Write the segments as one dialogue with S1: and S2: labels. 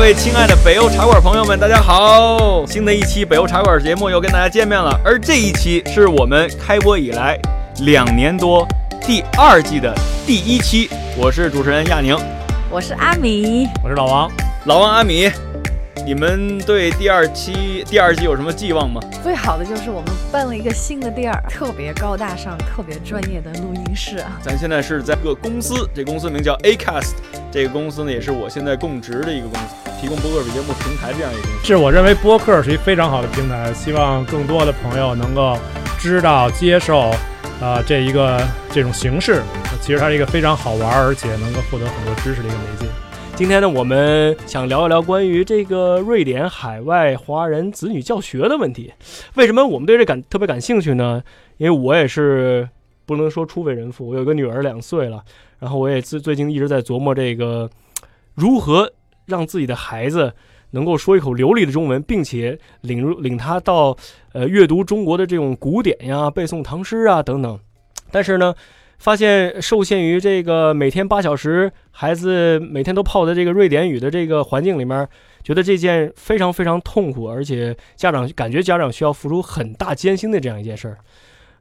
S1: 位亲爱的北欧茶馆朋友们，大家好！新的一期北欧茶馆节目又跟大家见面了，而这一期是我们开播以来两年多第二季的第一期，我是主持人亚宁，
S2: 我是阿米，
S3: 我是老王，
S1: 老王阿米。你们对第二期第二季有什么寄望吗？
S2: 最好的就是我们办了一个新的店儿，特别高大上、特别专业的录音室啊！
S1: 咱现在是在一个公司，这公司名叫 Acast，这个公司呢也是我现在供职的一个公司，提供播客节目平台这样一个公司。
S3: 是我认为播客是一非常好的平台，希望更多的朋友能够知道、接受，啊、这一个这种形式，呃其实它是一个非常好玩儿，而且能够获得很多知识的一个媒介。
S4: 今天呢，我们想聊一聊关于这个瑞典海外华人子女教学的问题。为什么我们对这感特别感兴趣呢？因为我也是不能说初为人父，我有个女儿两岁了，然后我也最最近一直在琢磨这个如何让自己的孩子能够说一口流利的中文，并且领入领他到呃阅读中国的这种古典呀、背诵唐诗啊等等。但是呢，发现受限于这个每天八小时，孩子呃每天都泡在这个瑞典语的这个环境里面，觉得这件非常非常痛苦，而且家长感觉家长需要付出很大艰辛的这样一件事儿。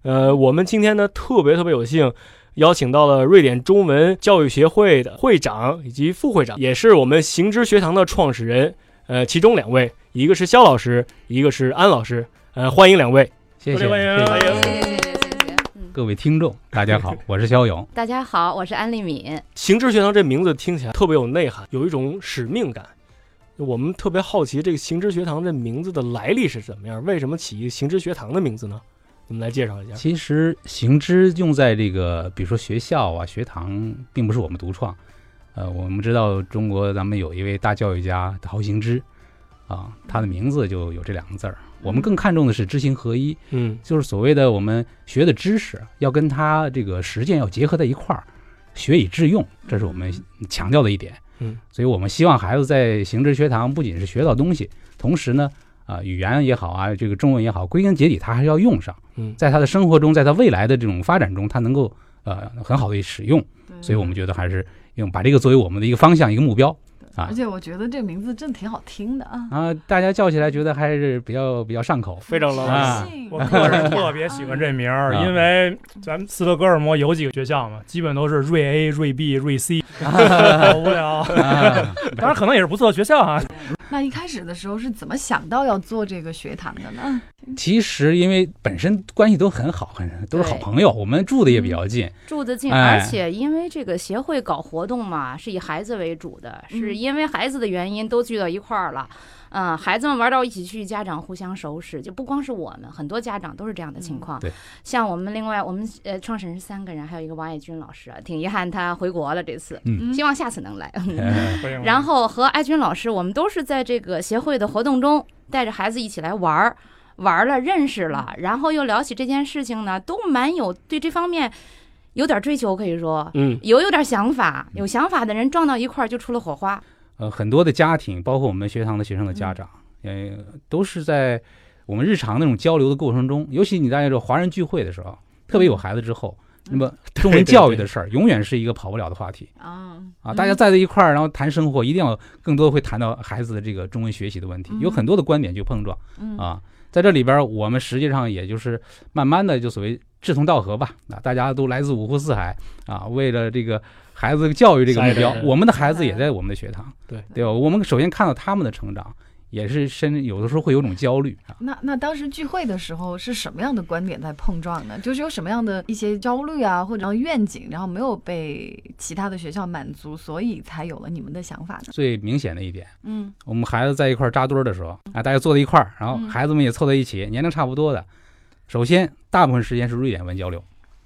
S4: 呃，我们今天呢特别特别有幸。邀请到了瑞典中文教育协会的会长以及副会长，也是我们行知学堂的创始人，呃，其中两位，一个是肖老师，一个是安老师，呃，欢迎两位。
S5: 谢谢，
S3: 欢迎
S5: 谢谢
S3: 欢迎
S5: 各位听众，大家好，我是肖勇。
S6: 大家好，我是安利敏。
S4: 行知学堂这名字听起来特别有内涵，有一种使命感。我们特别好奇这个行知学堂这名字的来历是怎么样？为什么起行知学堂的名字呢？你们来介绍一下。
S5: 其实行知用在这个，比如说学校啊、学堂，并不是我们独创。呃，我们知道中国咱们有一位大教育家陶行知，啊，他的名字就有这两个字儿。我们更看重的是知行合一，
S4: 嗯，
S5: 就是所谓的我们学的知识要跟他这个实践要结合在一块儿，学以致用，这是我们强调的一点。
S4: 嗯，
S5: 所以我们希望孩子在行知学堂不仅是学到东西，同时呢，啊、语言也好啊，这个中文也好，归根结底他还是要用上。
S4: 嗯
S5: 在他的生活中，在他未来的这种发展中，他能够呃很好的使用。所以
S4: 嗯
S5: 我们觉得还是用把这个作为我们的一个方向、一个目标啊
S4: 嗯
S2: 而且我觉得这名字真挺好听的啊！
S5: 啊，大家叫起来觉得还是比较比较 上口。
S4: 非常浪漫。
S5: 啊
S2: 信
S3: 我个人特别喜欢这名儿，
S5: 啊
S3: 因为咱们斯德哥尔摩有几个学校嘛，基本都是瑞 A、瑞 B、瑞 C，好无聊。
S5: 啊
S3: 当然，可能也是不错的学校啊。
S2: 那一开始的时候是怎么想到要做这个学堂的呢？
S5: 其实因为本身关系都很好，很都是好
S6: 对
S5: 朋友，我们住的也比较近，
S6: 住得近，
S5: 哎
S6: 而且因为这个协会搞活动嘛，是以孩子为主的，
S2: 嗯
S6: 是因为孩子的原因都聚到一块儿了。嗯，孩子们玩到一起去，家长互相熟识，就不光是我们，很多家长都是这样的情况。
S5: 嗯对，
S6: 像我们另外我们呃创始人是三个人，还有一个王爱军老师啊，挺遗憾他回国了这次，
S5: 嗯
S6: 希望下次能来。
S5: 呃
S3: 欢迎
S6: 然后和艾军老师，我们都是在这个协会的活动中带着孩子一起来玩儿，玩儿了认识了，然后又聊起这件事情呢，都蛮有对这方面有点追求，可以说
S4: 嗯，
S6: 有有点想法，有想法的人撞到一块儿就出了火花。
S5: 呃，很多的家庭，包括我们学堂的学生的家长，呃，都是在我们日常那种交流的过程中，尤其你在这华人聚会的时候，特别有孩子之后，那么中文教育的事儿，永远是一个跑不了的话题
S2: 啊
S6: 嗯
S5: 啊！大家在在一块儿，然后谈生活，一定要更多地会谈到孩子的这个中文学习的问题，有很多的观点去碰撞
S2: 嗯
S5: 啊。在这里边儿，我们实际上也就是慢慢的就所谓志同道合吧，啊，大家都来自五湖四海啊，为了这个孩子教育这个目标
S4: 哎对，对
S5: 我们的
S2: 嗯
S5: 孩子也在我们的学堂。
S4: 对
S5: 对吧？我们首先看到他们的成长，也是甚有的时候会有种焦虑啊。
S2: 那那当时聚会的时候是什么样的观点在碰撞呢？就是有什么样的一些焦虑啊，或者愿景，然后没有被其他的学校满足，所以才有了你们的想法呢？
S5: 最明显的一点，
S2: 嗯
S5: 我们孩子在一块儿扎堆儿的时候啊，大家坐在一块儿，然后
S2: 嗯
S5: 孩子们也凑在一起，年龄差不多的。首先，大部分时间是瑞典文交流，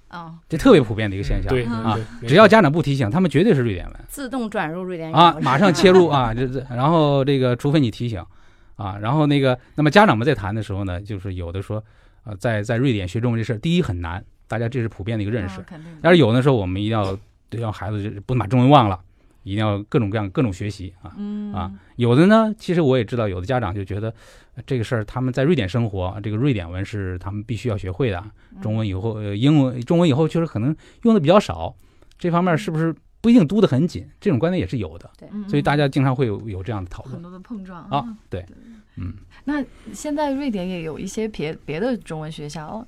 S2: 啊，
S5: 这特别普遍的一个现象。
S4: 嗯对
S2: 啊
S4: 对对
S5: 嗯只要家长不提醒，他们绝对是瑞典文
S6: 自动转入瑞典语
S5: 啊，
S6: 模式
S5: 马上 切入啊，这这，然后这个除非你提醒啊，然后那个，那么家长们在谈的时候呢，就是有的说，呃，在在瑞典学中文这事儿，第一很难，大家这是普遍的一个认识
S2: 啊，肯定的
S5: 但是有的时候我们一定要得让孩子就是不能把中文忘了，一定要各种各样各种学习啊。
S2: 嗯
S5: 啊有的呢，其实我也知道，有的家长就觉得呃这个事儿他们在瑞典生活，这个瑞典文是他们必须要学
S2: 嗯
S5: 会的，中文以后呃英文中文以后确实可能用的比较少，这方面是不是？不一定督得很紧，这种观点也是有的，
S2: 嗯
S5: 所以大家经常会有有这样的讨
S2: 很
S5: 论。
S2: 多的碰撞
S5: 啊对，嗯，
S2: 那现在瑞典也有一些别别的中文学校，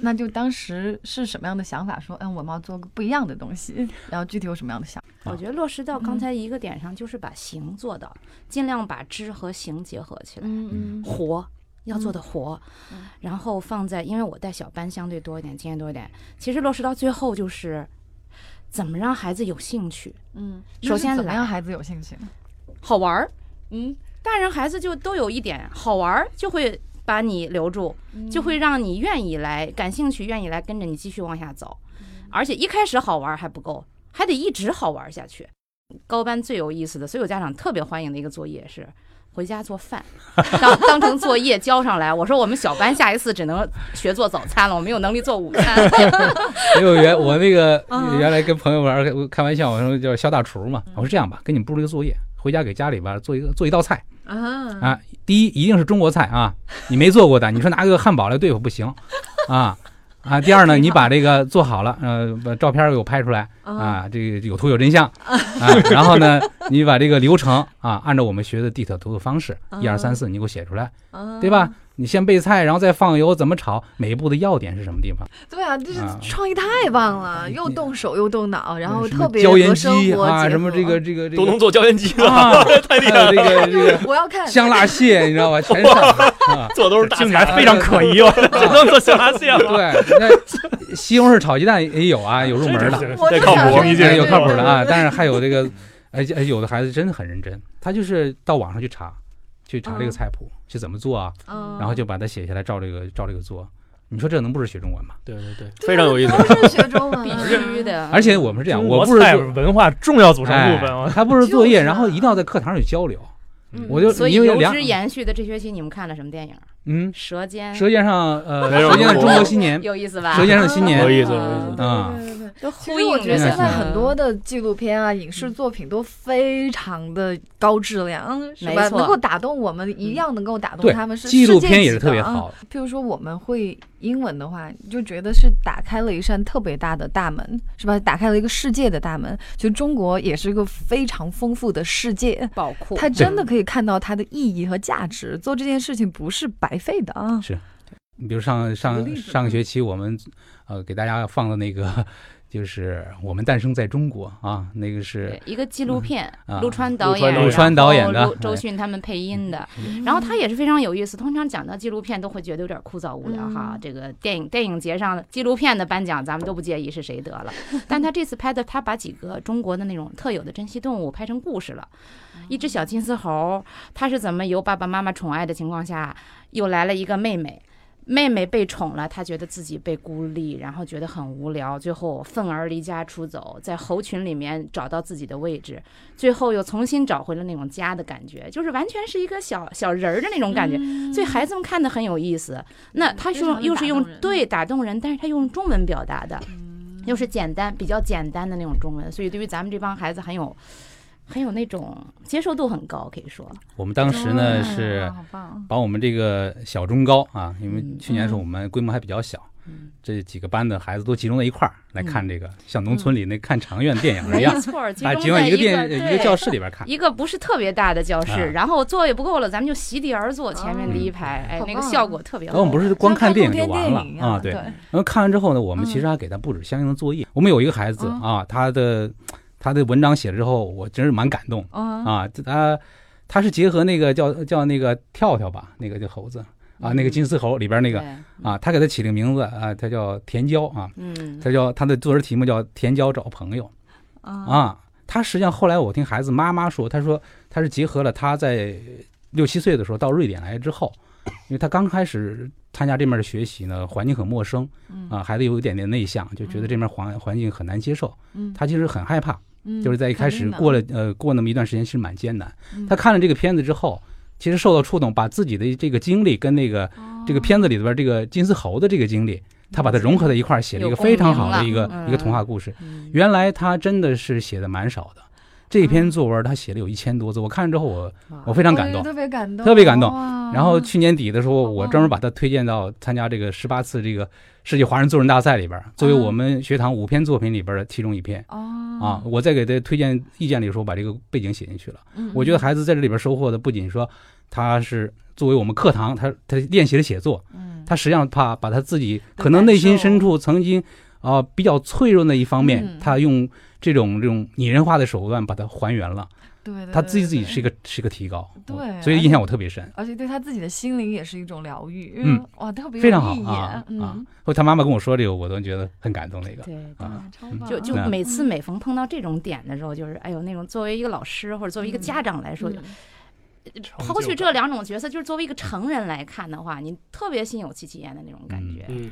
S2: 那就当时是什么样的想法？说，嗯，我们要做个不一样的东西，然后具体有什么样的想法？
S6: 我觉得落实到刚才一个点上，就是把形做到，尽量把知和行结合起来，
S2: 嗯
S6: 活要做的活
S2: 嗯，
S6: 然后放在，因为我带小班相对多一点，经验多一点。其实落实到最后就是，怎么让孩子有兴趣，
S2: 嗯，
S6: 首先
S2: 那是怎么
S6: 来
S2: 让孩子有兴趣？
S6: 好玩儿。嗯，大人孩子就都有一点好玩儿，就会把你留住，
S2: 嗯
S6: 就会让你愿意来，感兴趣，愿意来跟着你继续往下走。
S2: 嗯
S6: 而且一开始好玩儿还不够，还得一直好玩儿下去。高班最有意思的，所有家长特别欢迎的一个作业是。回家做 饭，当当成作业交上来。我说我们小班下一次只能学做早餐了，我没有能力做午餐。
S5: 因为我原我那 个原来跟朋友玩儿我开玩笑，我说叫小大厨嘛，我说这样吧，给你们布置一个作业，回家给家里边儿做一个做一道菜
S2: 啊，
S5: 啊，第一一定是中国菜啊， 你没做过的，你说拿个汉堡来对付不行啊啊。第 二呢，你把这个做好了，呃，把照片儿给我拍出来啊，这个有图有真相啊。然后 呢，你把这个流程啊，按照我们学的地铁图的方式，一二三四，你给我写出来，啊对吧？你先备菜，然后再放油，怎么炒？每一步的要点是什么地方？
S2: 对啊，这是
S5: 啊哎
S2: 创意太棒了，又动手又动脑，然后
S5: 什么
S2: 特别
S5: 椒盐
S2: 和生
S5: 鸡
S2: 活
S5: 啊，
S2: 结
S5: 什
S2: 合
S5: 么 这个这个这
S1: 都
S5: 个
S1: 能 做椒盐鸡了，
S5: 啊，
S1: 太厉
S5: 还
S1: 害
S5: 有
S1: 了，
S5: 这个这个
S2: 哎我要看
S5: 香辣蟹，你知道吧？全上啊。
S1: 做都是大
S3: 听起
S1: 菜，
S3: 来非常可疑哦。
S1: 只能做小 螃蟹了。
S5: 对，那西红柿炒鸡蛋也有啊，有入门的，
S2: 我
S1: 这
S2: 就
S1: 靠
S2: 想
S1: 谱
S2: 说
S3: 一
S2: 这
S3: 见
S2: 个
S5: 哎有
S2: 对
S5: 靠谱的啊。
S2: 对
S5: 但是还有这个，而且有的孩子真的很认真，他就是到网上去查，去查这个菜谱是怎么做啊，
S2: 嗯
S5: 然后就把它写下来，照这个照这个做。你说这能不是学中文吗？
S4: 对对对，
S2: 对
S1: 非常有意思
S2: 都是学中文啊，
S6: 必须嗯的，
S5: 而且我们是这样，
S3: 中
S5: 我
S3: 国
S5: 不是
S3: 菜
S5: 做
S3: 文化重要组成
S5: 哎
S3: 部分啊。
S5: 他不是作
S2: 就
S5: 业，
S2: 是
S5: 然后
S2: 啊
S5: 一定要在课堂上去交流。
S6: 嗯
S5: 我就
S6: 所以
S5: 因为
S6: 由
S5: 两
S6: 之延续的这学期你们看了什么电影？
S5: 嗯，
S6: 《舌尖》
S5: 舌尖上呃，
S1: 没有
S5: 舌尖上
S1: 中
S5: 中国
S1: 国
S5: 新年，
S6: 有意思吧？
S5: 舌尖上的新
S1: 有
S5: 年
S1: 意思，有意思。
S5: 啊，
S2: 嗯对对对
S6: 就
S2: 其
S6: 呼
S2: 实
S6: 应
S2: 我觉得
S6: 着
S2: 现
S6: 想
S2: 在很多的纪录片啊、影视作品都非常的高质量，嗯是吧？
S6: 没错
S2: 能够打动我们，一样能够打动
S5: 对
S2: 他们。是
S5: 纪录片
S2: 世界
S5: 也
S2: 级
S5: 是
S2: 的
S5: 特别
S2: 啊
S5: 好的。
S2: 譬如说我们会英文的话，你就觉得是打开了一扇特别大的大门，是吧？打开了一个世界的大门。就中国也是一个非常丰富的世界，
S6: 宝库，
S2: 它真的可以看到它的意义和价值。做这件事情不是白费的啊！
S5: 你比如上
S2: 举个例
S5: 上
S2: 子
S5: 上个学期我们呃给大家放的那个 就是我们诞生在中国啊，那个是
S6: 对一个纪录片
S5: 嗯啊，
S6: 陆川导演，
S5: 陆川导演的
S6: 然后周
S5: 对
S6: 周迅他们配音的，
S5: 嗯
S6: 然后他也是非常有意思。通常讲到纪录片都会觉得有点枯燥无聊哈
S2: 嗯。
S6: 这个电影电影节上纪录片的颁奖，咱们都不介意是谁得 了，但他这次拍的，他把几个中国的那种特有的珍稀动物拍成故事了。
S5: 嗯
S6: 一只小金丝猴，它是怎么由爸爸妈妈宠爱的情况下，又来了一个妹妹。妹妹被宠了，她觉得自己被孤立，然后觉得很无聊，最后愤而离家出走，在猴群里面找到自己的位置，最后又重新找回了那种家的感觉，就是完全是一个小小人儿的那种感觉。所以孩子们看的很有意思。那他
S2: 非常
S6: 用
S2: 地
S6: 又
S2: 打动
S6: 是用
S2: 人
S6: 对打动人，但是他用中文表达的，又是简单比较简单的那种中文，所以对于咱们这帮孩子很有很有那种接受度很高，可以说
S5: 我们当时呢
S2: 哇
S5: 是
S2: 好棒！
S5: 把我们这个小中高啊，因为
S6: 嗯
S5: 去年的时候我们规模还比较小
S6: 嗯，
S5: 这几个班的孩子都集中在一块儿来看
S6: 嗯
S5: 这个，像农村里那看长院电影一
S6: 没
S5: 样，
S6: 错儿，集
S5: 啊，
S6: 中
S5: 集中在
S6: 在
S5: 一
S6: 个
S5: 个 电一个
S6: 对
S5: 教室里边看。
S6: 一个不是特别大的教室，
S5: 啊
S6: 然后座位不够了，咱们就席地而坐，前面第一排，哎
S2: 哦好，
S6: 那个
S2: 棒啊
S6: 效果特别
S5: 然嗯
S6: 好。
S5: 后我们不是光看电影就完
S2: 像看通
S5: 了
S2: 篇电影一
S5: 啊，
S2: 样
S5: 对
S2: 对。
S5: 然后看完之后呢，我们
S2: 嗯
S5: 其实还给他布置相应的作业。我们有一个孩子
S2: 嗯
S5: 啊，他的他的文章写了之后，我真是蛮感动。
S2: 嗯
S5: 啊，这他他是结合那个叫叫那个跳跳吧，那个叫猴子啊，那个金丝
S2: 嗯
S5: 猴里边那
S6: 那
S5: 个，啊，他给他起了个名字啊，他叫甜椒啊，
S6: 嗯，
S5: 他叫他的作文题目叫甜椒找朋友
S2: 啊
S5: 啊。他实际上后来我听孩子妈妈说，他说他是结合了他在六七岁的时候到瑞典来之后，因为他刚开始参加这面的学习呢，环境很陌生
S2: 嗯
S5: 啊，孩子有一点点内向，就觉得这面环环境很难接受，
S2: 嗯，
S5: 他其实很害怕。就是在一开始
S2: 肯定的
S5: 过了呃过那么一段时间，其实蛮艰难
S2: 嗯。
S5: 他看了这个片子之后，其实受到触动，把自己的这个经历跟那个这个片子里边这个金丝猴的这个经历，他把它融合在一块儿，写了一个
S6: 有
S5: 非常好的
S6: 共鸣了
S5: 一个
S6: 嗯
S5: 一个童话故事。
S6: 嗯
S5: 原来他真的是写的蛮少的，这篇作文他写了有一千多字，我看了之后我，
S2: 哇哎
S5: 我非常感动
S2: 我也特别感动，
S5: 特别感动
S2: 哇
S5: 然后去年底的时候，
S2: 嗯
S5: 我
S2: 哦
S5: 专门把它推荐到参加这个十八次这个世界华人作文大赛里边儿，作为
S2: 嗯
S5: 我们学堂五篇作品里边儿的其中一篇啊
S2: 哦，，
S5: 我在给他推荐意见里的时候把这个背景写进去了。
S2: 嗯
S5: 我觉得孩子在这里边收获的不仅说他是作为我们课堂，他他练习了写作，
S2: 嗯
S5: 他实际上怕把他自己
S2: 的
S5: 可能
S2: 感
S5: 内心
S2: 受
S5: 深处曾经啊、比较脆弱的一方面，
S2: 嗯
S5: 他用这种这种拟人化的手段把它还原了，
S2: 对对对
S5: 他自己自己
S2: 对
S5: 是一个是一个提高，
S2: 对
S5: 我
S2: 而
S5: 所以
S2: 且
S5: 印象我特别深。
S2: 而且对他自己的心灵也是一种疗愈，
S5: 嗯，
S2: 哇，特别有
S5: 非常好
S2: 意义
S5: 啊
S2: 嗯、
S5: 啊！后他妈妈跟我说这个，我都觉得很感动的一个。
S6: 对。
S5: 啊
S2: 哇超棒
S6: 就就
S5: 嗯
S6: 每次每逢碰到这种点的时候，就是哎呦，那种作为一个老师或者作为一个家长来说，
S2: 嗯
S6: 抛去这两种角色，就是作为一个成人来看的话，你特别心有戚戚焉的那种感觉。
S4: 嗯，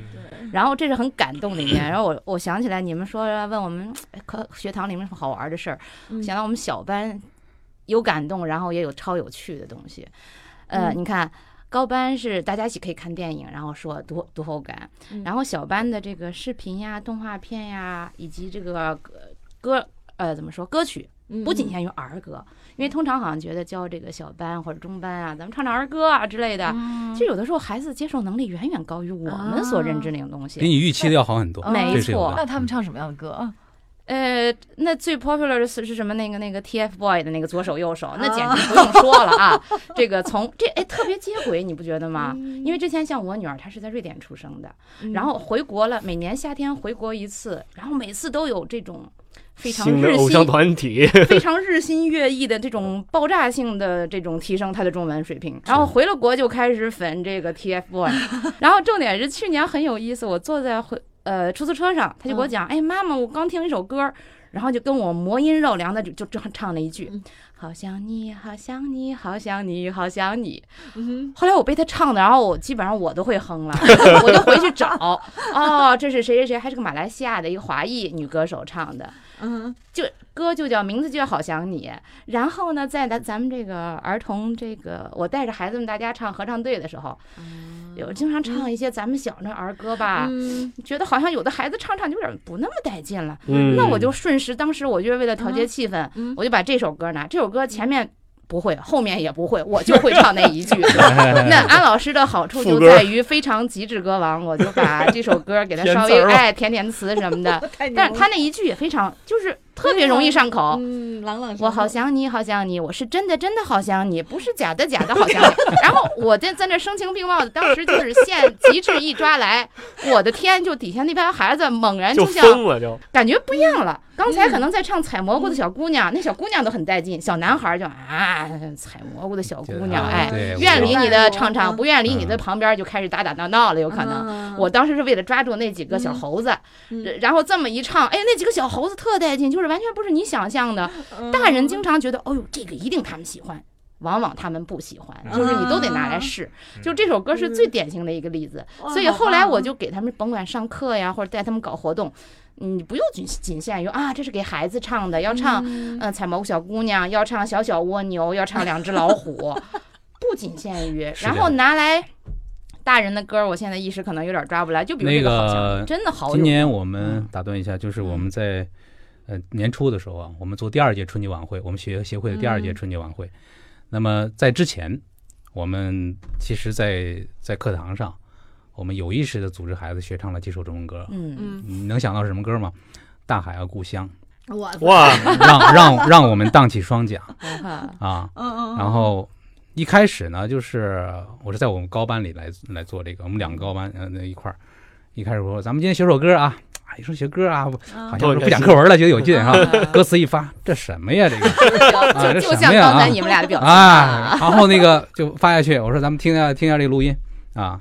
S6: 然后这是很感动的一面。然后我我想起来，你们说问我们哎可学堂里面什么好玩的事儿，
S2: 嗯
S6: 想到我们小班有感动，然后也有超有趣的东西。呃，
S2: 嗯
S6: 你看高班是大家一起可以看电影，然后说读读后感，
S2: 嗯
S6: 然后小班的这个视频呀、动画片呀，以及这个呃歌呃怎么说歌曲，
S2: 嗯
S6: 不仅限于儿歌，因为通常好像觉得教这个小班或者中班啊，咱们唱唱儿歌啊之类的，
S2: 嗯
S6: 其实有的时候孩子接受能力远远高于我们所
S2: 啊
S6: 认知那种东西。
S5: 比你预期的要好很多，
S2: 嗯
S6: 没
S5: 这是有
S6: 错
S5: 的
S2: 那他们唱什么样的歌？啊
S6: 呃，那最 popular 的是是什么？那个那个 TFBOY 的那个左手右手，那
S2: 啊
S6: 简直不用说了啊！ 这个从这哎特别接轨，你不觉得吗？
S2: 嗯
S6: 因为之前像我女儿，她是在瑞典出生的，
S2: 嗯
S6: 然后回国了，每年夏天回国一次，然后每次都有这种非常
S4: 新的
S6: 日
S4: 偶像
S6: 新、
S4: 团体，
S6: 非常日新月异的这种爆炸性的这种提升她的中文水平。然后回了国就开始粉这个 TFBOY，然后重点是去年很有意思，我坐在回呃出租车上，她就给我讲，哎妈妈，我刚听一首歌。然后就跟我魔音绕梁的就就就唱了一句
S2: 嗯，
S6: 好想你，好想你，好想你，好想你。
S2: 嗯
S6: 后来我被他唱的，然后我基本上我都会哼了，我就回去找，哦，这是谁谁谁，还是个马来西亚的一个华裔女歌手唱的，
S2: 嗯
S6: 就歌就叫名字就叫好想你。然后呢，在咱咱们这个儿童这个，我带着孩子们大家唱合唱队的时候，有经常唱一些咱们小那儿歌吧，
S2: 嗯
S6: 觉得好像有的孩子唱唱就有点不那么带劲了。
S4: 嗯，
S6: 那我就顺势，当时我就为了调节
S2: 嗯
S6: 气氛，
S2: 嗯
S6: 我就把这首歌拿，这首歌前面。不会，后面也不会，我就会唱那 一句。那安老师的好处就
S4: 副歌
S6: 在于非常极致歌王，我就把这首歌给他
S4: 填词
S6: 稍
S4: 儿
S6: 微
S4: 了
S6: 哎填填词什么的。
S2: 太牛
S6: 但
S2: 了
S6: 是他那一句也非常，就是特别容易上口。
S2: 嗯朗朗上口
S6: 我好想你，好想你，我是真的真的好想你，不是假的假的好想你。然后我在在那声情并茂的，当时就是线极致一抓来，我的天！就底下那帮孩子猛然
S4: 就
S6: 像
S4: 疯了，就
S6: 感觉不一样了。
S5: 嗯
S6: 刚才可能在唱采蘑菇的小姑娘，那小姑娘都很带劲，小男孩就啊采蘑菇的小姑娘，
S5: 啊
S6: 哎，
S5: 对，
S6: 愿
S5: 我
S6: 理你的唱唱，不愿理你
S5: 嗯
S6: 的旁边就开始打打闹闹了，有可能。
S2: 能
S6: 我当时是为了抓住那几个
S5: 嗯
S6: 小猴子，呃然后这么一唱，哎，那几个小猴子特带劲，就是完全不是你想象的。
S5: 嗯
S6: 大人经常觉得，哦呦，这个一定他们喜欢，往往他们不喜欢，就是你都得拿来
S5: 嗯
S6: 试。就这首歌是最典型的一个例子，所以后来
S5: 啊
S6: 我就给他们，甭管上课呀，或者带他们搞活动，你不用仅仅限于啊，这是给孩子唱的，要唱
S2: 嗯
S6: 呃，采蘑菇小姑娘要唱小小蜗牛，要唱两只老虎， 不仅限于，
S5: 是
S6: 然
S5: 的
S6: 后拿来大人的歌儿，我现在一时可能有点抓不来，就比如
S5: 那
S6: 这好像
S5: 个
S6: 真的好有
S5: 今
S6: 用嗯
S5: 年我们打断一下，就是我们在呃年初的时候啊，我们做第二届春节晚会，我们学协会的第二届
S2: 嗯
S5: 春节晚会。那么在之前，我们其实在，在课堂上，我们有意识的组织孩子学唱了几首中文歌。
S6: 嗯，
S2: 嗯
S5: 你能想到是什么歌吗？大海啊，故乡，
S2: 我
S4: 哇，
S5: 让让让我们荡起双桨
S6: 嗯，
S5: 啊！
S2: 嗯嗯
S5: 然后一开始呢，就是我是在我们高班里来来做这个，我们两个高班呃那一块儿，一开始我说咱们今天学首歌啊，哎一说学歌啊，
S2: 嗯
S5: 好像是不讲课文了，觉得有劲哈。
S6: 啊
S5: 歌词一发，这什么呀这个啊这
S6: 就就
S5: 什
S6: 像
S5: 么呀
S6: 刚
S5: 啊
S6: 才你们俩的表情
S5: 啊！然后那个就发下去，我说咱们听一下听一下这个录音啊，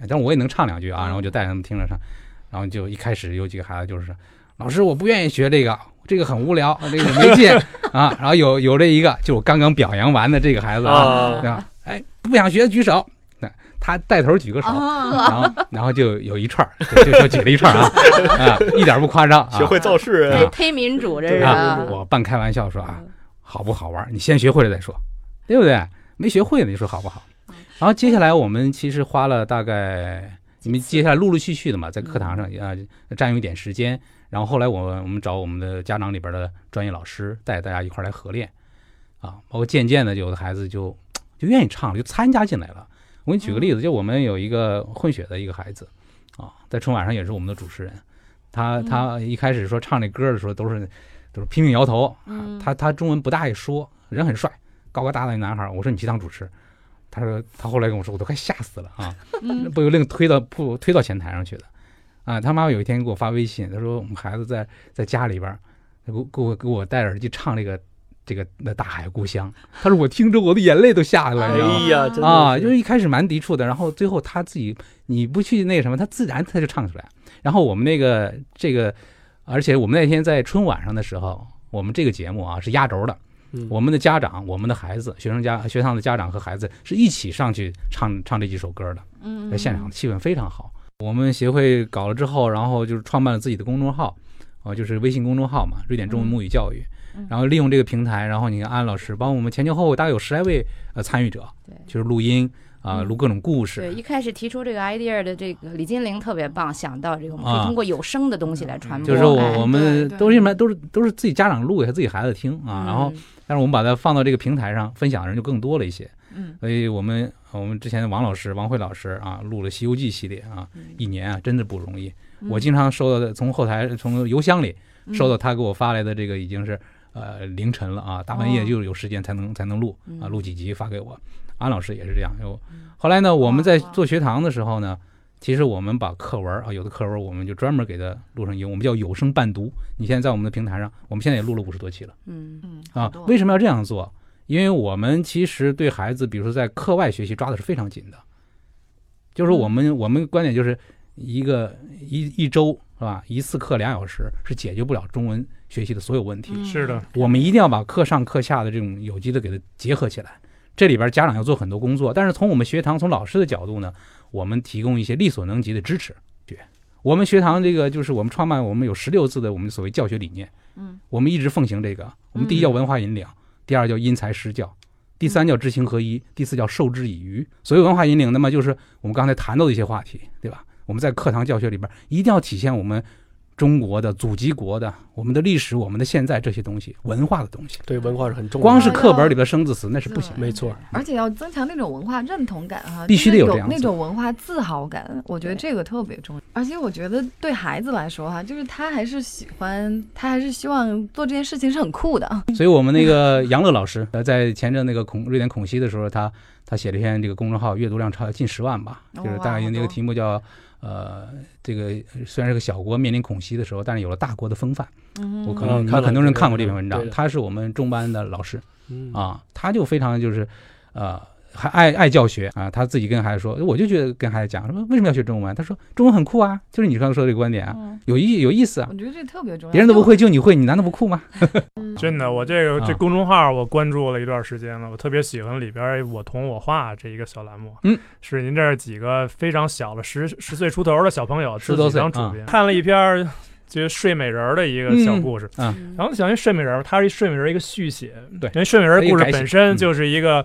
S5: 但是我也能唱两句啊，然后就带着他们听着唱，然后就一开始有几个孩子就是老师我不愿意学这个。这个很无聊，这个没劲啊。然后有有这一个，就我刚刚表扬完的这个孩子 啊，
S4: 啊
S5: 对吧？哎，不想学举手，那他带头举个手，
S2: 啊
S5: 然后然后就有一串儿，就就就举了一串儿啊啊，一点儿不夸张啊。
S4: 学会造势人
S6: 这
S5: 啊
S6: 忒民主这
S4: 对
S6: 是
S5: 啊
S6: 啊，
S5: 我半开玩笑说啊，好不好玩儿？你先学会了再说，对不对？没学会呢，你说好不好？然后接下来我们其实花了大概你们接下来陆陆续续的嘛，在课堂上啊、呃占用一点时间，然后后来我我们找我们的家长里边的专业老师带大家一块儿来合练，啊，包括渐渐的有的孩子就就愿意唱了，就参加进来了。我给你举个例子，就我们有一个混血的一个孩子，啊，在春晚上也是我们的主持人，他他一开始说唱这歌的时候都是都是拼命摇头，啊
S6: 嗯
S5: 他他中文不大爱说，人很帅，高高大大一男孩儿。我说你去当主持，他说他后来跟我说，我都快吓死了啊！
S6: 嗯
S5: 不由令推到不推到前台上去的。啊，他妈妈有一天给我发微信，他说我们孩子在在家里边儿，给我给我给我戴耳机唱这个这个那大海故乡。他说我听着我的眼泪都下来了，你
S4: 哎
S5: 知道吗？
S4: 呀，真的
S5: 啊，
S4: 是
S5: 就是一开始蛮抵触的，然后最后他自己你不去那什么，他自然他就唱出来。然后我们那个这个，而且我们那天在春晚上的时候，我们这个节目啊是压轴的，
S4: 嗯
S5: 我们的家长、我们的孩子、学生家、学堂的家长和孩子是一起上去唱唱这几首歌的，
S6: 嗯
S5: 在现场气氛非常好。我们协会搞了之后，然后就是创办了自己的公众号，啊、就是微信公众号嘛，瑞典中文母语教育。
S6: 嗯
S5: 然后利用这个平台，然后你看安老师帮我们前前后后大概有十来位呃参与者，
S6: 对
S5: 就是录音啊、
S6: 嗯
S5: 录各种故
S6: 对，
S5: 事。
S6: 一开始提出这个 idea 的这个李金玲特别棒，想到这个我们可
S5: 啊嗯
S6: 以通过有声的东西来传播。
S5: 就是说
S6: 哎
S5: 我我们
S2: 对对
S5: 都是一般都是都是自己家长录给自己孩子听啊，
S6: 嗯
S5: 然后但是我们把它放到这个平台上，分享的人就更多了一些。
S2: 嗯，
S5: 所以我们我们之前的王老师、王慧老师啊，录了《西游记》系列啊，
S2: 嗯
S5: 一年啊真的不容易。我经常收到的从后台从邮箱里
S2: 嗯
S5: 收到他给我发来的这个已经是呃凌晨了啊，大半夜
S2: 哦
S5: 就有时间才能才能录啊，
S6: 嗯
S5: 录几集发给我。安老师也是这样。有后来呢，我们在
S2: 嗯哇
S5: 做学堂的时候呢，其实我们把课文啊，有的课文我们就专门给它录成音，我们叫有声伴读。你现在在我们的平台上，我们现在也录了五十多期了。
S6: 嗯
S2: 嗯
S5: 啊，为
S2: 什
S5: 什么要这样做？因为我们其实对孩子，比如说在课外学习抓的是非常紧的，就是我们、我们观点就是一个一一周是吧，一次课俩小时是解决不了中文学习的所有问题。
S3: 是的，，
S5: 我们一定要把课上课下的这种有机的给它结合起来。这里边家长要做很多工作，但是从我们学堂从老师的角度呢，我们提供一些力所能及的支持。对，我们学堂这个就是我们创办，我们有十六字的我们所谓教学理念。
S2: 嗯，
S5: 我们一直奉行这个。我们第一叫文化引领，第二叫因材施教，第三叫知行合一，第四叫授之以渔。所谓文化引领，那么就是我们刚才谈到的一些话题，对吧？我们在课堂教学里边一定要体现我们中国的祖籍国的、我们的历史、我们的现在这些东西，文化的东西。
S4: 对文化是很重要的，
S5: 光是课本里边生字词那是不行的。
S4: 没错，
S2: 而且要增强那种文化认同感哈、
S5: 必须得
S2: 就是
S5: 有
S2: 有
S5: 这样子
S2: 那种文化自豪感，我觉得这个特别重要。而且我觉得对孩子来说哈、就是他还是喜欢，他还是希望做这件事情是很酷的。
S5: 所以我们那个杨乐老师，呃，在前阵那个孔瑞典孔熙的时候，他他写了一篇这个公众号，阅读量超近十万吧，
S2: 哦
S5: 就是大
S2: 哇
S5: 概那个
S2: 好多
S5: 题目叫呃，这个虽然是个小国面临孔熙的时候，但是有了大国的风范。我可能
S4: 嗯看
S5: 可能
S4: 了
S5: 很多人看过
S4: 这
S5: 这
S4: 个
S5: 篇文章
S4: 对，的
S5: 他是我们中班的老师
S4: 嗯，
S5: 啊，他就非常就是呃。还爱爱教学啊，他自己跟孩子说，我就觉得跟孩子讲说为什么要学中文？他说中文很酷啊，就是你刚才说的这个观点啊，
S2: 嗯，
S5: 有意有意思啊
S2: 我，觉得这特别重要。
S5: 别人都不会就你会，你难道不酷吗？
S3: 真的，我这个这
S5: 啊
S3: 公众号我关注了一段时间了，我特别喜欢里边儿“我同我画”这一个小栏目。
S5: 嗯，
S3: 是您这儿几个非常小的十十岁出头的小朋友自
S5: 10多
S3: 己
S5: 岁啊
S3: 当主编，看了一篇儿就是睡美人儿的一个小故事。
S6: 嗯
S3: 然后想，一睡美人儿，它是一睡美人儿一个续写，
S5: 啊对
S3: 因为睡美人儿故事本
S5: 它一个改写
S3: 身
S5: 嗯
S3: 就是一个，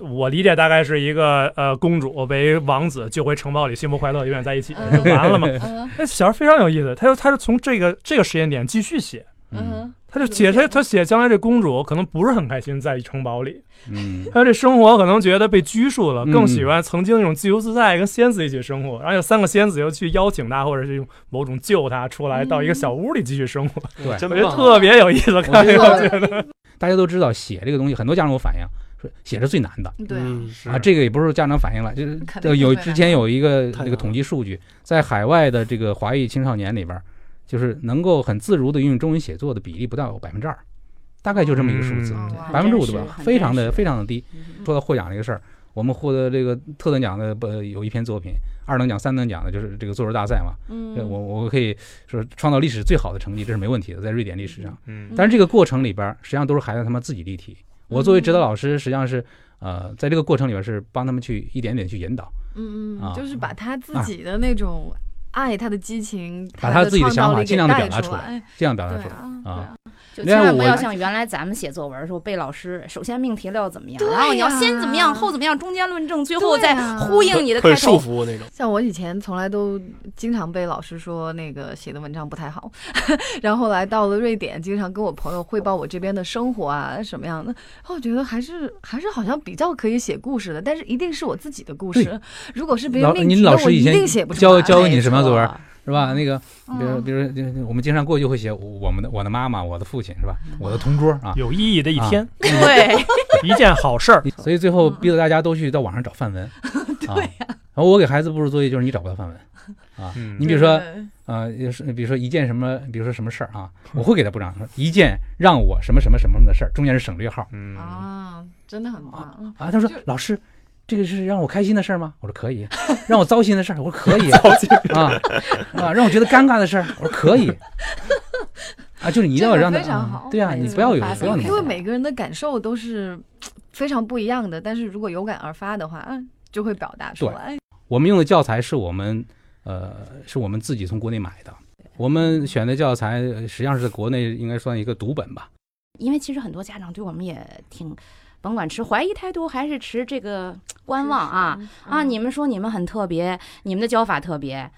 S3: 我理解大概是一个呃，公主被王子救回城堡里，幸福快乐，永远在一起，
S6: 嗯
S3: 就完了嘛。
S2: 嗯
S3: 那小孩非常有意思，他就他是从这个这个时间点继续写，
S2: 嗯
S3: 他就写他他写将来这公主可能不是很开心在城堡里，
S5: 嗯，
S3: 她这生活可能觉得被拘束了，
S5: 嗯
S3: 更喜欢曾经那种自由自在跟仙子一起生活。然后有三个仙子又去邀请她，或者是用某种救她出来，
S2: 嗯
S3: 到一个小屋里继续生活，
S5: 对
S4: 真
S3: 我觉得
S4: 棒
S3: 特别有意思。看这个，
S5: 大家都知道写这个东西，很多家长给我反映说写是最难的
S2: 嗯，对啊、
S4: 嗯
S5: 啊，这个也不是家长反映了，就是
S2: 肯定
S5: 呃
S2: 是
S5: 有
S2: 最难
S5: 之前有一个
S4: 太难
S5: 那个统计数据，在海外的这个华裔青少年里边儿，就是能够很自如的运用中文写作的比例不到百分之二，大概就这么一个数字，
S3: 嗯
S2: 哇
S5: 百分之五
S6: 真
S5: 对吧
S6: 是？很
S5: 非常的
S6: 真实
S5: 非常的低。
S6: 嗯
S5: 说到获奖这个事儿，我们获得这个特等奖的呃有一篇作品，二等奖、三等奖的就是这个作文大赛嘛，这
S6: 嗯，
S5: 我我可以说创造历史最好的成绩，这是没问题的，在瑞典历史上。
S3: 嗯
S5: 但是这个过程里边儿，实际上都是孩子他们自己立体。我作为
S2: 嗯
S5: 指导老师，实际上是呃，在这个过程里边是帮他们去一点点去引导，
S2: 嗯嗯，
S5: 啊
S2: 就是把他自己的那种爱他的激情，
S5: 把
S2: 他
S5: 他自己
S2: 创
S5: 的
S2: 造
S5: 想法
S2: 力给
S5: 尽量地
S2: 带
S5: 表达
S2: 出
S5: 出来
S2: 来。
S5: 这样表
S2: 对
S5: 达出来。
S2: 啊，对
S5: 啊
S2: 啊，
S6: 就
S5: 另外
S6: 千万不
S5: 我
S6: 要像原来咱们写作文的时候背老师，首先命题料怎么样，
S2: 对呀
S6: 然后你要先怎么样，后怎么样，中间论证，最后
S2: 对呀
S6: 再呼应你的
S4: 很
S6: 开
S4: 束
S6: 头。
S4: 缚那种。
S2: 像我以前从来都经常被老师说那个写的文章不太好， 然后后来到了瑞典，经常跟我朋友汇报我这边的生活啊什么样的，然后我觉得还是还是好像比较可以写故事的，但是一定是我自己的故事
S5: 对，
S2: 如果是别人
S5: 老
S2: 命
S5: 您
S2: 题的，
S5: 老
S2: 我
S5: 师以
S2: 一定
S5: 前
S2: 写不出
S5: 教
S2: 来
S5: 教你
S2: 没
S5: 什么样作文
S2: 错
S5: 是吧？那个，比如
S2: 嗯
S5: 比如就我们经常过就会写我们的我的妈妈、我的父亲是吧？
S2: 嗯
S5: 我的同桌啊，
S3: 有意义的一天，
S6: 对，
S3: 一件好事儿。
S5: 所以最
S2: 嗯
S5: 后逼得大家都去到网上找范文。 对呀。然后我给孩子布置作业就是你找不到范文啊，
S4: 嗯
S5: 你比如说
S2: 对
S5: 呃，也是比如说一件什么，比如说什么事儿啊，我会给他布置上一件让我什么什么什么的事儿，中间是省略号
S4: 嗯，
S2: 啊，真的很棒。嗯
S5: 啊。他说
S2: 就
S5: 老师。这个是让我开心的事儿吗？我说可 以。让我糟心的事儿，我说可以。啊啊，让我觉得尴尬的事儿，我说可 以。啊，就是你一定要
S2: 这个
S5: 让他
S2: 非常
S5: 啊
S2: 好
S5: 对啊，
S2: 哎
S5: 你
S2: 这
S5: 不要
S6: 个
S5: 有
S6: 发
S5: 不
S6: 散
S5: 要那
S6: 开
S2: 因
S5: 么
S2: 为
S5: 多
S2: 每个人的感受都是非常不一样的，但是如果有感而发的话，嗯，就会表达出
S5: 对
S2: 来。
S5: 我们用的教材是我们呃是我们自己从国内买的，我们选的教材呃实际上是国内应该算一个读本吧。
S6: 因为其实很多家长对我们也挺，甭管持怀疑态度还是持这个观望啊
S2: 嗯
S6: 啊！你们说你们很特别，你们的教法特别，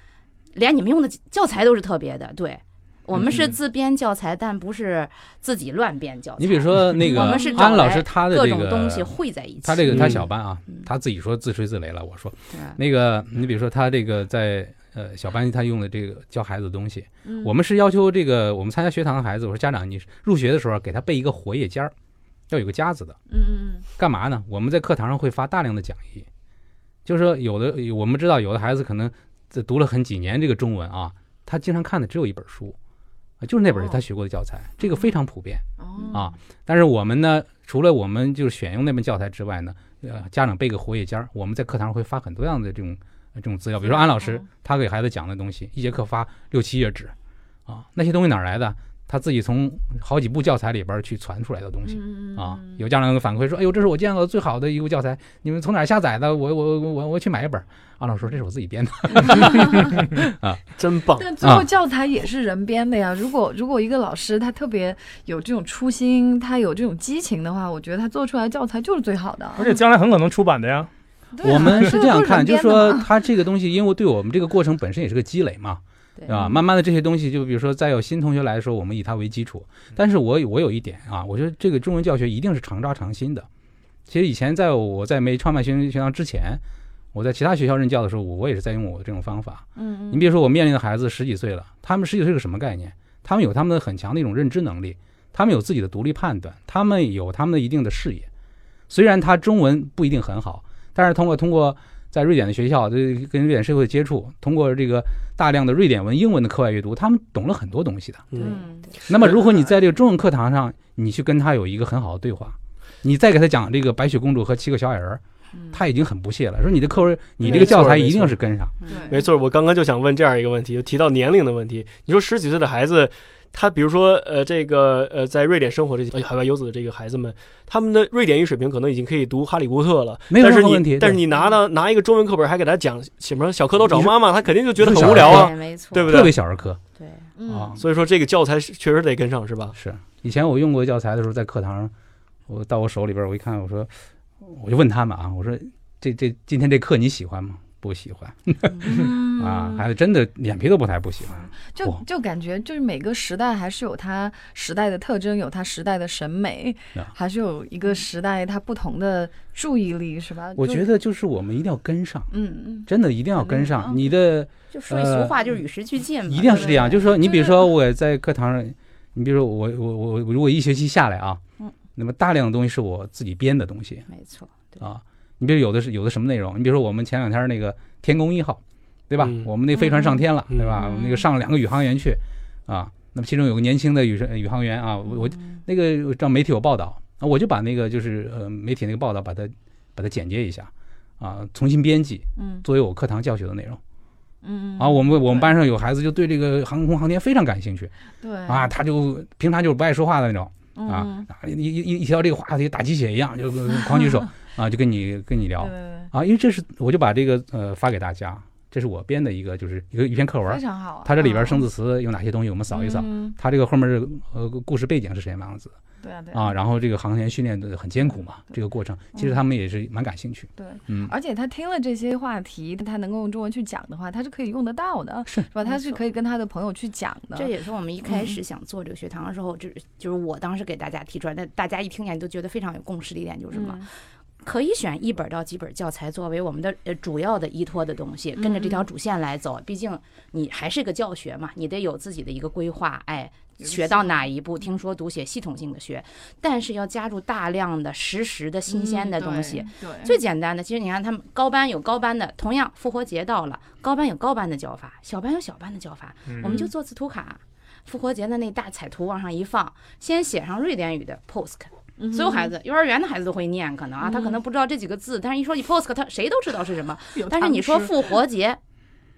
S6: 连你们用的教材都是特别的。对我们是
S5: 嗯
S6: 自编教材，但不是自己乱编教材。
S5: 你比如说那
S6: 我
S5: 个
S6: 们是找
S5: 安老
S6: 来
S5: 师他的
S6: 各
S5: 这
S6: 种
S5: 个
S6: 东西汇在一起。
S5: 他这个他
S4: 嗯
S5: 小班啊，
S6: 嗯
S5: 他自己说自吹自擂了。我说
S6: 对
S5: 那个你比如说他这个在。呃，小班他用的这个教孩子的东西，
S2: 嗯，
S5: 我们是要求这个我们参加学堂的孩子，我说家长，你入学的时候给他备一个活页夹儿，要有个夹子的。
S2: 嗯嗯嗯
S5: 干嘛呢？我们在课堂上会发大量的讲义，就是说有的有我们知道有的孩子可能这读了很几年这个中文啊，他经常看的只有一本书，啊，就是那本是他学过的教材，这个非常普遍。
S2: 哦
S5: 啊，但是我们呢，除了我们就是选用那本教材之外呢，呃，家长备个活页夹儿，我们在课堂上会发很多样的这种呃这种资料，比如说安老师
S2: 嗯
S5: 他给孩子讲的东西，一节课发六七页纸，啊，那些东西哪儿来的？他自己从好几部教材里边儿去传出来的东西。
S2: 嗯嗯嗯
S5: 啊，
S2: 嗯
S5: 有家长反馈说：“哎呦，这是我见过最好的一部教材，你们从哪儿下载的？我我我我去买一本。”安老师说：“这是我自己编的。
S4: 真棒。
S2: 但最后教材也是人编的
S5: 啊
S2: 呀。如果如果一个老师他特别有这种初心，他有这种激情的话，我觉得他做出来教材就是最好的啊。
S3: 而且将来很可能出版的呀，
S2: 对啊
S5: 我们是这样看，
S2: 这个
S5: 就是
S2: 都人编
S5: 说
S2: 的嘛
S5: 它这个东西，因为对我们这个过程本身也是个积累嘛，
S6: 对
S5: 是吧？慢慢的这些东西，就比如说再有新同学来的时候，我们以它为基础。
S2: 嗯
S5: 但是我有我有一点啊，我觉得这个中文教学一定是常抓常新的。其实以前在我在没创办学学堂之前，我在其他学校任教的时候，我我也是在用我这种方法。
S2: 嗯，
S5: 你比如说，我面临的孩子十几岁了，他们十几岁是个什么概念？他们有他们的很强的一种认知能力，他们有自己的独立判断，他们有他们的一定的视野。虽然他中文不一定很好，但是通过通过在瑞典的学校，这跟瑞典社会的接触，通过这个大量的瑞典文、英文的课外阅读，他们懂了很多东西的。
S4: 嗯，
S2: 嗯，
S5: 那么，如何你在这个中文课堂上，你去跟他有一个很好的对话，你再给他讲这个白雪公主和七个小矮人儿，
S2: 嗯
S5: 他已经很不屑了，说你这课文，你这个
S4: 没错
S5: 教材
S4: 没
S5: 一定
S4: 错
S5: 是跟上。
S2: 对
S4: 没错，我刚刚就想问这样一个问题，就提到年龄的问题。你说十几岁的孩子，他比如说呃，这个呃，在瑞典生活这些呃海外游子的这个孩子们，他们的瑞典语水平可能已经可以读《哈利波特》了，
S5: 没有
S4: 但是
S5: 任何
S4: 你
S5: 问题
S4: 但是
S5: 对
S4: 你拿到拿一个中文课本，还给他讲什么小蝌蚪找妈妈，他肯定就觉得
S5: 你
S4: 很
S5: 说
S4: 无聊啊，
S6: 对，没错，
S4: 对不
S5: 特别
S4: 对？
S5: 小儿科
S6: 对，
S5: 啊
S2: 嗯，
S4: 所以说这个教材是确实得跟上，是吧？
S5: 是以前我用过教材的时候，在课堂上，我到我手里边儿，我一看，我说，我就问他们啊，我说这这今天这课你喜欢吗？不喜欢
S2: 嗯
S5: 啊，孩子真的脸皮都不抬，不喜欢。
S2: 就
S5: 哇
S2: 就感觉就是每个时代还是有它时代的特征，有它时代的审美
S5: 啊，
S2: 还是有一个时代它不同的注意力，是吧？
S5: 我
S2: 呃就
S5: 觉，得就是我们一定要跟上，
S2: 嗯嗯，
S5: 真的一定要
S2: 肯
S5: 跟
S2: 定
S5: 上
S2: 嗯
S5: 你的，
S6: 就说一俗话，就是与时俱进嘛，
S5: 呃一定要是这样。就是说，你比如
S2: 就是
S5: 说我在课堂上，你比如说我我我我如果一学期下来啊
S6: 嗯，
S5: 那么大量的东西是我自己编的东西，
S6: 没错，对
S5: 啊。你比如有的是有的什么内容，你比如说我们前两天那个天宫一号，对吧？
S4: 嗯
S5: 我们那飞船上天了，
S4: 嗯
S5: 对吧？我们那个上了两个宇航员去啊。那么其中有个年轻的宇生宇航员啊，
S2: 嗯
S5: 我我那个让媒体有报道，啊我就把那个就是呃媒体那个报道把它把它简介一下啊，重新编辑
S2: 嗯
S5: 作为我课堂教学的内容
S2: 嗯
S5: 啊。我们我
S2: 对嗯
S5: 们班上有孩子就对这个航空航天非常感兴趣
S2: 对
S5: 啊，他就平常就是不爱说话的那种。啊
S2: 嗯
S5: 啊，一一一一提到这个话题，打鸡血一样，就呃 狂举手啊，就跟你跟你
S2: 对
S5: 聊
S2: 对对，
S5: 啊，因为这是我就把这个呃发给大家，这是我编的一个，就是一个一篇课
S2: 非
S5: 文。
S2: 常好啊。
S5: 它这里边
S2: 嗯
S5: 生字词有哪些东西，我们扫一扫。
S2: 嗯
S5: 它这个后面这个呃故事背景是什么样子
S2: 对啊，对啊，
S5: 啊？然后这个航天训练的很艰苦嘛，这个过程其实他们也是蛮感兴趣。
S2: 对。
S5: 嗯，
S2: 而且他听了这些话题，他能够用中文去讲的话，他是可以用得到的，是吧？他
S6: 没
S2: 是
S6: 错
S2: 可以跟他的朋友去讲的。嗯
S6: 这也是我们一开始想做这个学堂的时候，就是就是我当时给大家提出来，但大家一听见都觉得非常有共识的一点就是什么？
S2: 嗯
S6: 可以选一本到几本教材作为我们的呃主要的依托的东西，
S2: 嗯
S6: 跟着这条主线来走。毕竟你还是个教学嘛，你得有自己的一个规划，哎，
S2: 有
S6: 学到哪一步，
S2: 嗯
S6: 听说读写系统性的学，但是要加入大量的实时的新鲜的东西。，
S2: 嗯对，
S6: 最简单的，其实你看他们高班有高班的，同样复活节到了，高班有高班的教法，小班有小班的教法，
S3: 嗯
S5: 嗯
S6: 我们就做次图卡。复活节的那大彩图往上一放，先写上瑞典语的 POSC，
S2: 对
S6: 嗯所有孩子，幼儿园的孩子都会念，可能啊，他可能不知道这几个字，但是一说起 POSC，他谁都知道是什么。
S2: 嗯
S6: 但是你说复活节，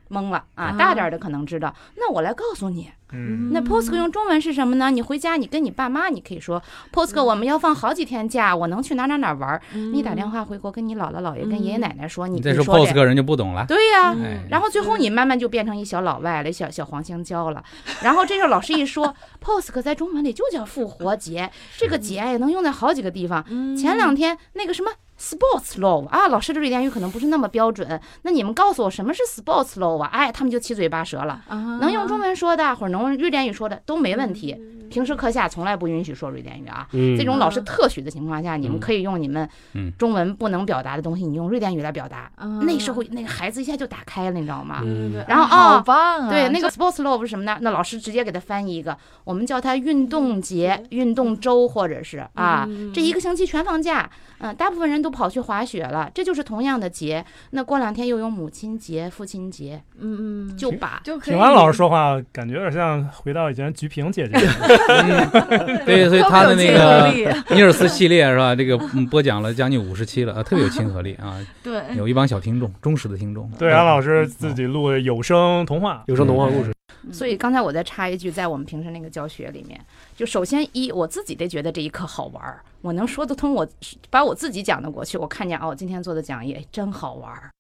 S6: 懵了啊
S2: 啊，
S6: 大点儿的可能知道。那我来告诉你，
S3: 嗯
S6: 那 POSC 用中文是什么呢？你回家，你跟你爸妈，你可以说 POSC，我们要放好几天假，我能去哪哪哪玩儿。
S2: 嗯
S6: 你打电话回国跟你姥姥姥爷、跟爷爷奶奶说，你
S5: 你
S6: 你
S5: 再说
S6: 这
S5: POS 个人就不 懂了。
S6: 对
S2: 嗯
S6: 呀、
S5: 哎
S6: 然后最后你慢慢就变成一小老外了，小小黄香蕉了。然后这时候老师一说，POSC 在中文里就叫复活节，这个节也能用在好几个地方。
S2: 嗯
S6: 前两天那个什么 sports law 啊，老师的瑞典语可能不是那么标准，那你们告诉我什么是 sports law 啊？哎，他们就七嘴八舌了。能
S2: 能
S6: 用中文说的或者能用瑞典语说的都没问题。平时课下从来不允许说瑞典语啊。
S4: 嗯，
S6: 这种老师特许的情况下，你们可以用你们
S5: 嗯
S6: 中文不能表达的东西，你用瑞典语来表达。那时候那个孩子一下就打开了，你知道吗？
S4: 嗯
S6: 然后
S2: 好
S6: 哦，
S2: 啊棒啊！
S6: 对，那
S2: 这
S6: 个 sports law 是什么呢？那老师直接给他翻译一个，我们叫它运动节、运动周，或者是啊，
S2: 嗯
S6: 这一个星期全放假，嗯、大部分人都跑去滑雪了，这就是同样的节。那过两天又有母亲节、父亲节，
S2: 嗯嗯，
S6: 就把
S2: 就可以。
S3: 平安老师说话，感觉有点像回到以前菊萍姐 姐。
S5: 对，所以
S2: 特别
S5: 他的
S2: 有
S5: 那
S2: 亲和
S5: 个
S2: 力
S5: 尼尔斯系列是吧？这个嗯播讲了将近五十期了，啊，特别有亲和力 啊，
S6: 嗯
S2: 对，
S5: 有一帮小听众，忠实的听众。嗯
S3: 对，啊安老师自己录的有声童话，
S4: 有声童话故事，
S2: 嗯
S6: 所以刚才我再插一句，在我们平时那个教学里面，就首先一我自己得觉得这一课好玩儿，我能说得通我，把我自己讲得过去。我看见哦，今天做的讲义哎真好玩儿。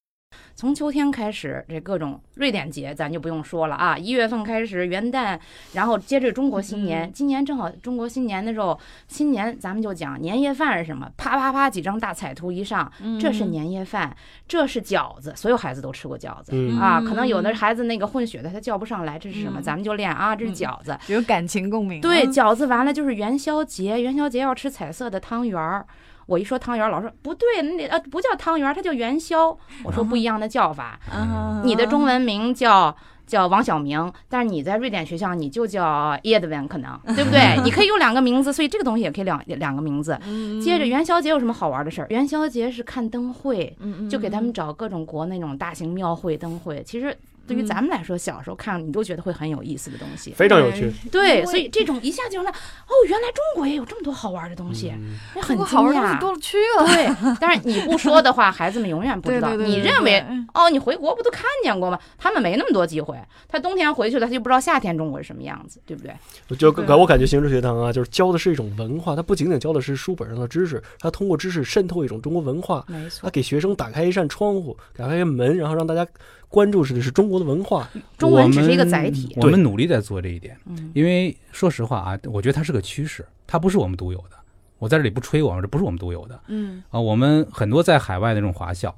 S6: 从秋天开始，这各种瑞典节咱就不用说了啊，一月份开始元旦，然后接着中国新年。
S2: 嗯
S6: 今年正好中国新年的时候，新年咱们就讲年夜饭是什么，啪啪啪几张大彩图一上，
S2: 嗯
S6: 这是年夜饭，这是饺子，所有孩子都吃过饺子。
S4: 嗯
S6: 啊，
S2: 嗯
S6: 可能有的孩子那个混血的他叫不上来，这是什么？
S2: 嗯
S6: 咱们就练啊，这是
S2: 嗯
S6: 饺子。嗯
S2: 有感情共鸣啊。
S6: 对，饺子完了就是元宵节，元宵节要吃彩色的汤圆儿。我一说汤圆儿，老师说不对，那得呃不叫汤圆儿，它叫元宵。我说不一样的叫法，
S2: 啊，
S5: 嗯
S6: 你的中文名叫。叫王小明，但是你在瑞典学校你就叫 Edwin，可能对不对？你可以有两个名字，所以这个东西也可以两两个名字。
S2: 嗯
S6: 接着元宵节有什么好玩的事儿？元宵节是看灯会，
S2: 嗯嗯
S6: 就给他们找各种国那种大型庙会、灯会。其实对于
S2: 嗯
S6: 咱们来说，小时候看你都觉得会很有意思的东西。
S4: 非常有趣。
S6: 对，
S2: 因
S6: 所
S2: 为
S6: 以这种一下就让他哦，原来中国也有这么多好玩的东西，
S4: 嗯
S6: 那
S2: 中
S6: 很
S2: 国
S6: 惊
S2: 好玩东西
S6: 讶。
S2: 多了去 了。
S6: 对，但是你不说的话，孩子们永远不知
S2: 对
S6: 道。
S2: 对对，
S6: 你
S2: 对
S6: 认为
S5: 嗯
S2: 对
S6: 哦，你回国不都看见过吗？他们没那么多机会，他冬天回去了，他就不知道夏天中国是什么样子，对不对？
S4: 我就
S2: 对
S4: 感我感觉形式学堂啊，就是教的是一种文化，它不仅仅教的是书本上的知识，它通过知识渗透一种中国文化，
S6: 没
S4: 它
S6: 错，
S4: 给学生打开一扇窗户，打开一扇门，然后让大家关注的是中国的文化。
S6: 中
S5: 我
S6: 文只是一个
S5: 们
S6: 载体。
S5: 我们努力在做这一点，
S6: 嗯，
S5: 因为说实话啊，我觉得它是个趋势，它不是我们独有的。我在这里不吹我们，这不是我们独有的
S2: 嗯
S5: 啊。我们很多在海外的这种华校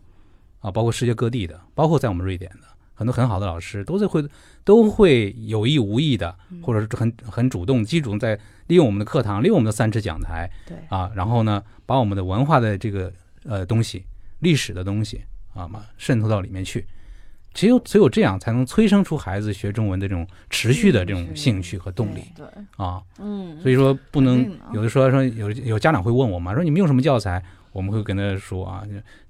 S5: 啊，包括世界各地的，包括在我们瑞典的，很多很好的老师都是会都会有意无意的，或者是很很主动、积极主动在利用我们的课堂，利用我们的三尺讲台
S6: 对。
S5: 啊，然后呢，把我们的文化的这个呃东西、历史的东西啊嘛渗透到里面去。只有只有这样，才能催生出孩子学中文的这种持续的这种兴趣和动力
S2: 对，
S5: 啊。
S2: 嗯，
S5: 所以说不能
S2: 肯定的啊
S5: 有的说说有有家长会问我嘛，说你们用什么教材？我们会跟他说啊，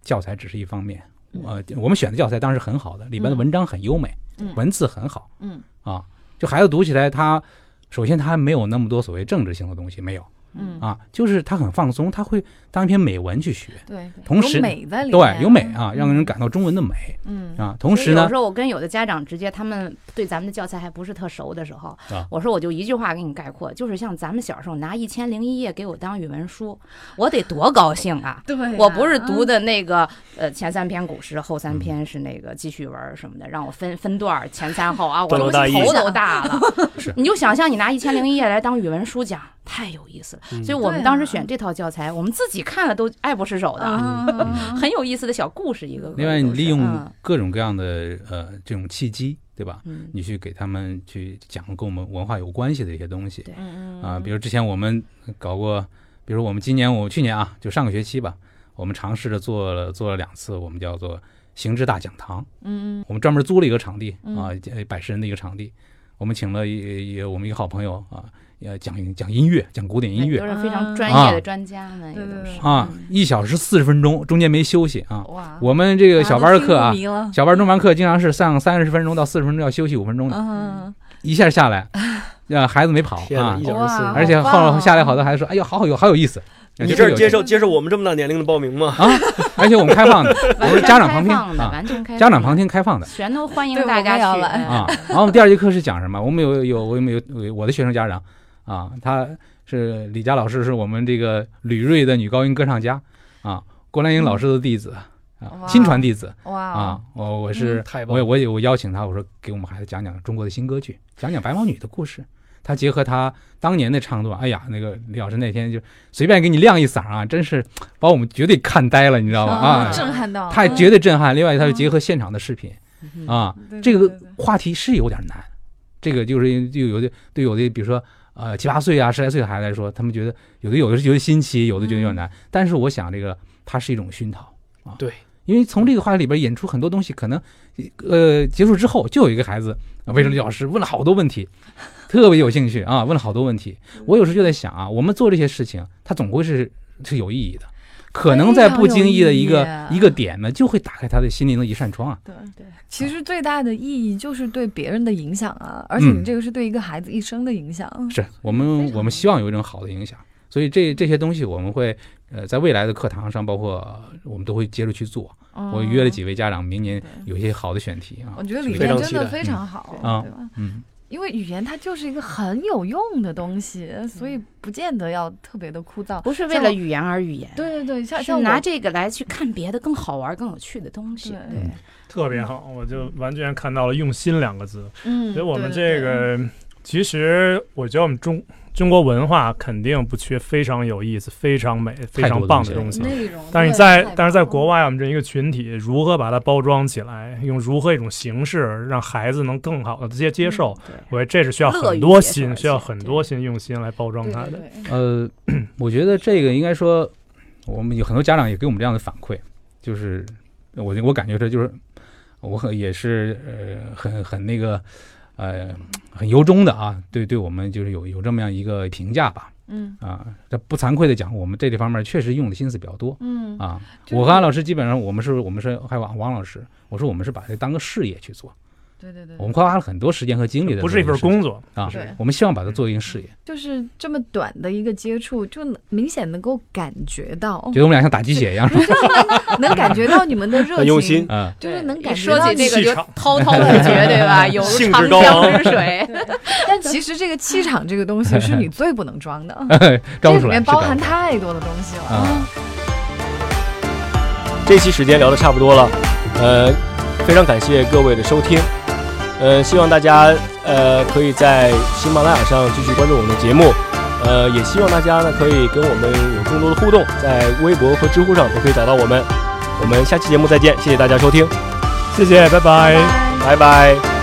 S5: 教材只是一方面，呃，我们选的教材当然是很好的，里边的文章很优美，
S2: 嗯
S5: 文字很好，
S2: 嗯
S5: 啊，就孩子读起来他。首先，他没有那么多所谓政治性的东西，没有，
S2: 嗯，
S5: 啊，就是他很放松，他会当一篇美文去学，
S2: 对，
S5: 同时
S2: 有美在里面，
S5: 对，有美啊，让人感到中文的美
S2: 嗯，
S5: 啊。同时
S6: 所以
S5: 呢
S6: 有时，候我跟有的家长直接，他们对咱们的教材还不是特熟的时候，
S5: 啊
S6: 我说我就一句话给你概括，就是像咱们小时候拿《一千零一夜》给我当语文书，我得多高兴啊！
S2: 对嗯呀，
S6: 我不是读
S2: 的
S6: 的那个，呃，前三篇古诗，后三篇是那个记叙文什么的，让我分分段儿，前三后啊， 我
S4: 段落
S6: 都
S4: 大意
S6: 头都大了
S5: 是。
S6: 你就想象你拿《一千零一夜》来当语文书讲，太有意思
S5: 嗯
S6: 了。所以我们
S2: 对
S6: 当时
S2: 啊
S6: 选这套教材，我们自己看了都爱不释
S2: 嗯
S6: 手的，
S5: 嗯
S2: 啊，
S6: 很有意思的小故事一个个都是。
S5: 另外你利用
S6: 嗯
S5: 各种各样的呃这种契机，对吧？
S6: 嗯
S5: 你去给他们去讲跟我们文化有关系的一些东西
S6: 对
S2: 嗯
S5: 啊，比如之前我们搞过，比如我们今年我去年啊，就上个学期吧，我们尝试着做了做了两次，我们叫做行知大讲堂。
S2: 嗯
S5: 我们专门租了一个场地
S2: 嗯
S5: 啊，呃百十人的一个场地，我们请了一一我们一个好朋友啊，呃，讲讲音乐，讲古典音乐
S6: 都是非常专
S5: 啊
S6: 业的专家们，
S2: 嗯
S6: 也
S2: 对对
S6: 都是
S2: 对
S5: 啊，一小时四十分钟，中间没休息啊。
S2: 嗯哇，
S5: 我们这个小班的课啊，
S2: 啊，
S5: 小班中班课经常是上三十分钟到四十分钟要休息五分钟的，
S2: 嗯，
S5: 一下 下来，让孩子没跑
S4: 天哪，
S5: 啊
S4: 一，小时四
S2: 哇
S5: 而且
S2: 好棒啊
S5: 后来下来好多孩子说，哎呦，好好有好有意思。
S4: 你
S5: 就
S4: 这
S5: 嗯有
S4: 接受接受我们这么大年龄的报名吗？
S5: 而且我们开 放的，我
S6: 完
S5: 们
S6: 全
S5: 家长
S6: 开
S5: 旁听
S6: 放的，
S5: 啊，
S6: 完全开
S5: 家长
S6: 放
S5: 旁
S6: 的
S5: 听开放的。
S6: 全都欢迎
S2: 对
S6: 大
S2: 我
S6: 家
S2: 们也要
S6: 去
S2: 来
S5: 啊，然后我们第二节课是讲什么？我们有有我们有有我的学生家长啊，他是李佳老师，是我们这个吕瑞的女高音歌唱家啊，郭兰英老师的弟子啊，
S2: 哇
S5: 亲传弟子
S2: 哇
S5: 啊，，我我是
S4: 太棒
S5: 我
S4: 了！
S5: 我也我邀请他，我说给我们孩子讲讲中国的新歌剧，讲讲白毛女的故事。他结合他当年的唱段，哎呀，那个李老师那天就随便给你亮一嗓啊，真是把我们绝对看呆了，你知道吧？
S2: 啊
S5: 啊，
S2: 震撼到了，
S5: 太
S2: 嗯
S5: 绝对震撼。另外，他又结合现场的视频
S6: 嗯
S5: 啊，
S2: 对
S5: 这
S2: 对
S5: 个
S2: 对对
S5: 话题是有点难，这个就是就有的对有的，比如说呃七八岁啊、十来岁的孩子来说，他们觉得有的有的是觉得新奇，有的觉得有点
S2: 嗯
S5: 难。但是我想这个它是一种熏陶啊，
S4: 对，
S5: 因为从这个话题里边引出很多东西，可能呃结束之后就有一个孩子呃魏哲理老师问了好多问 题，特别有兴趣啊，问了好多问题。
S2: 嗯
S5: 我有时候就在想啊，我们做这些事情，它总归是是有意义的。可能在不经意的一
S2: 非常
S5: 个
S2: 有意义啊
S5: 一个点呢，就会打开他的心灵的一扇窗啊！
S2: 对
S6: 对，
S2: 其实最大的意义就是对别人的影响啊，而且
S5: 嗯
S2: 你这个是对一个孩子一生的影响。
S5: 是我
S2: 非
S5: 们
S2: 常
S5: 我们希望有一种好的影响，所以这这些东西我们会呃在未来的课堂上，包括呃我们都会接着去做。我约了几位家长，明年
S2: 哦对
S5: 有一些好的选题
S2: 嗯，
S5: 啊
S2: 我，觉得里
S4: 非
S2: 面
S4: 常
S2: 真
S4: 期
S2: 的
S4: 待
S2: 非常好，
S5: 啊
S2: 对吧？
S5: 嗯，
S2: 因为语言它就是一个很有用的东西，所以不见得要特别的枯燥。
S6: 不是为
S2: 像
S6: 了语言而语言，
S2: 对对对，像
S6: 是
S2: 像
S6: 拿
S2: 我嗯
S6: 这个来去看别的更好玩、更有趣的东西。
S2: 对
S5: 嗯
S6: 对，
S3: 特别好，我就完全看到了“用心”两个字。
S2: 嗯，
S3: 所以我们
S2: 对嗯
S3: 这，个，其实我觉得我们中中国文化肯定不缺非常有意思、非常美、非
S5: 太
S3: 常
S5: 多东
S3: 棒
S5: 西
S3: 的
S5: 了
S3: 东西。
S2: 内容
S3: 嗯但是
S2: 嗯对
S3: 在
S2: 太
S3: 但是在国
S2: 棒了
S3: 外，我们这一个群体如何把它包装起来，用如何一种形式让孩子能更好的接接受，
S2: 嗯
S6: 对
S3: 我觉得这是需要
S6: 乐
S3: 很
S6: 于
S3: 多
S6: 接受
S3: 心，
S6: 而
S3: 需要
S6: 且
S3: 很
S6: 对
S3: 多心用心来包装它的。
S2: 对对对
S5: 呃，我觉得这个应该说，我们有很多家长也给我们这样的反馈，就是我我感觉这就是我很也是呃很很那个呃很由衷的啊，对对我们就是有有这么样一个评价吧
S2: 嗯
S5: 啊，这不惭愧的讲，我们这这方面确实用的心思比较多。
S2: 嗯
S5: 啊，
S2: 就是
S5: 我和安老师基本上我们是我们是还有王王老师，我说我们是把这当个事业去做，
S2: 对对对，
S5: 我们花了很多时间和精力的，
S3: 不是一份工作，
S5: 啊
S2: 对，嗯
S5: 我们希望把它作为一个事业，
S2: 就是这么短的一个接触，就能明显能够感觉到，
S5: 觉得我们俩像打鸡血 一样，
S2: 能感觉到你们的热
S4: 很
S2: 情，
S4: 用心
S5: 啊，
S2: 就是能
S6: 一
S2: 感觉
S6: 说
S2: 到
S6: 起
S2: 你
S6: 这个
S3: 气
S6: 就
S3: 场
S6: 滔滔不 绝，对吧？有如
S4: 兴
S6: 长
S4: 致高昂
S6: 江之水。
S2: 但其实这个气场这个东西是你最不能装的，
S5: 招
S2: 这
S5: 不出
S2: 里
S5: 来，
S2: 面
S5: 是
S2: 包
S5: 吧？
S2: 含太多的东西了。
S5: 啊。
S4: 这期时间聊的差不多了，呃，非常感谢各位的收听，呃，希望大家呃可以在喜马拉雅上继续关注我们的节目，呃，也希望大家呢可以跟我们有更多的互动，在微博和知乎上都可以找到我们。我们下期节目再见，谢谢大家收听，
S3: 谢谢，拜拜
S4: 拜拜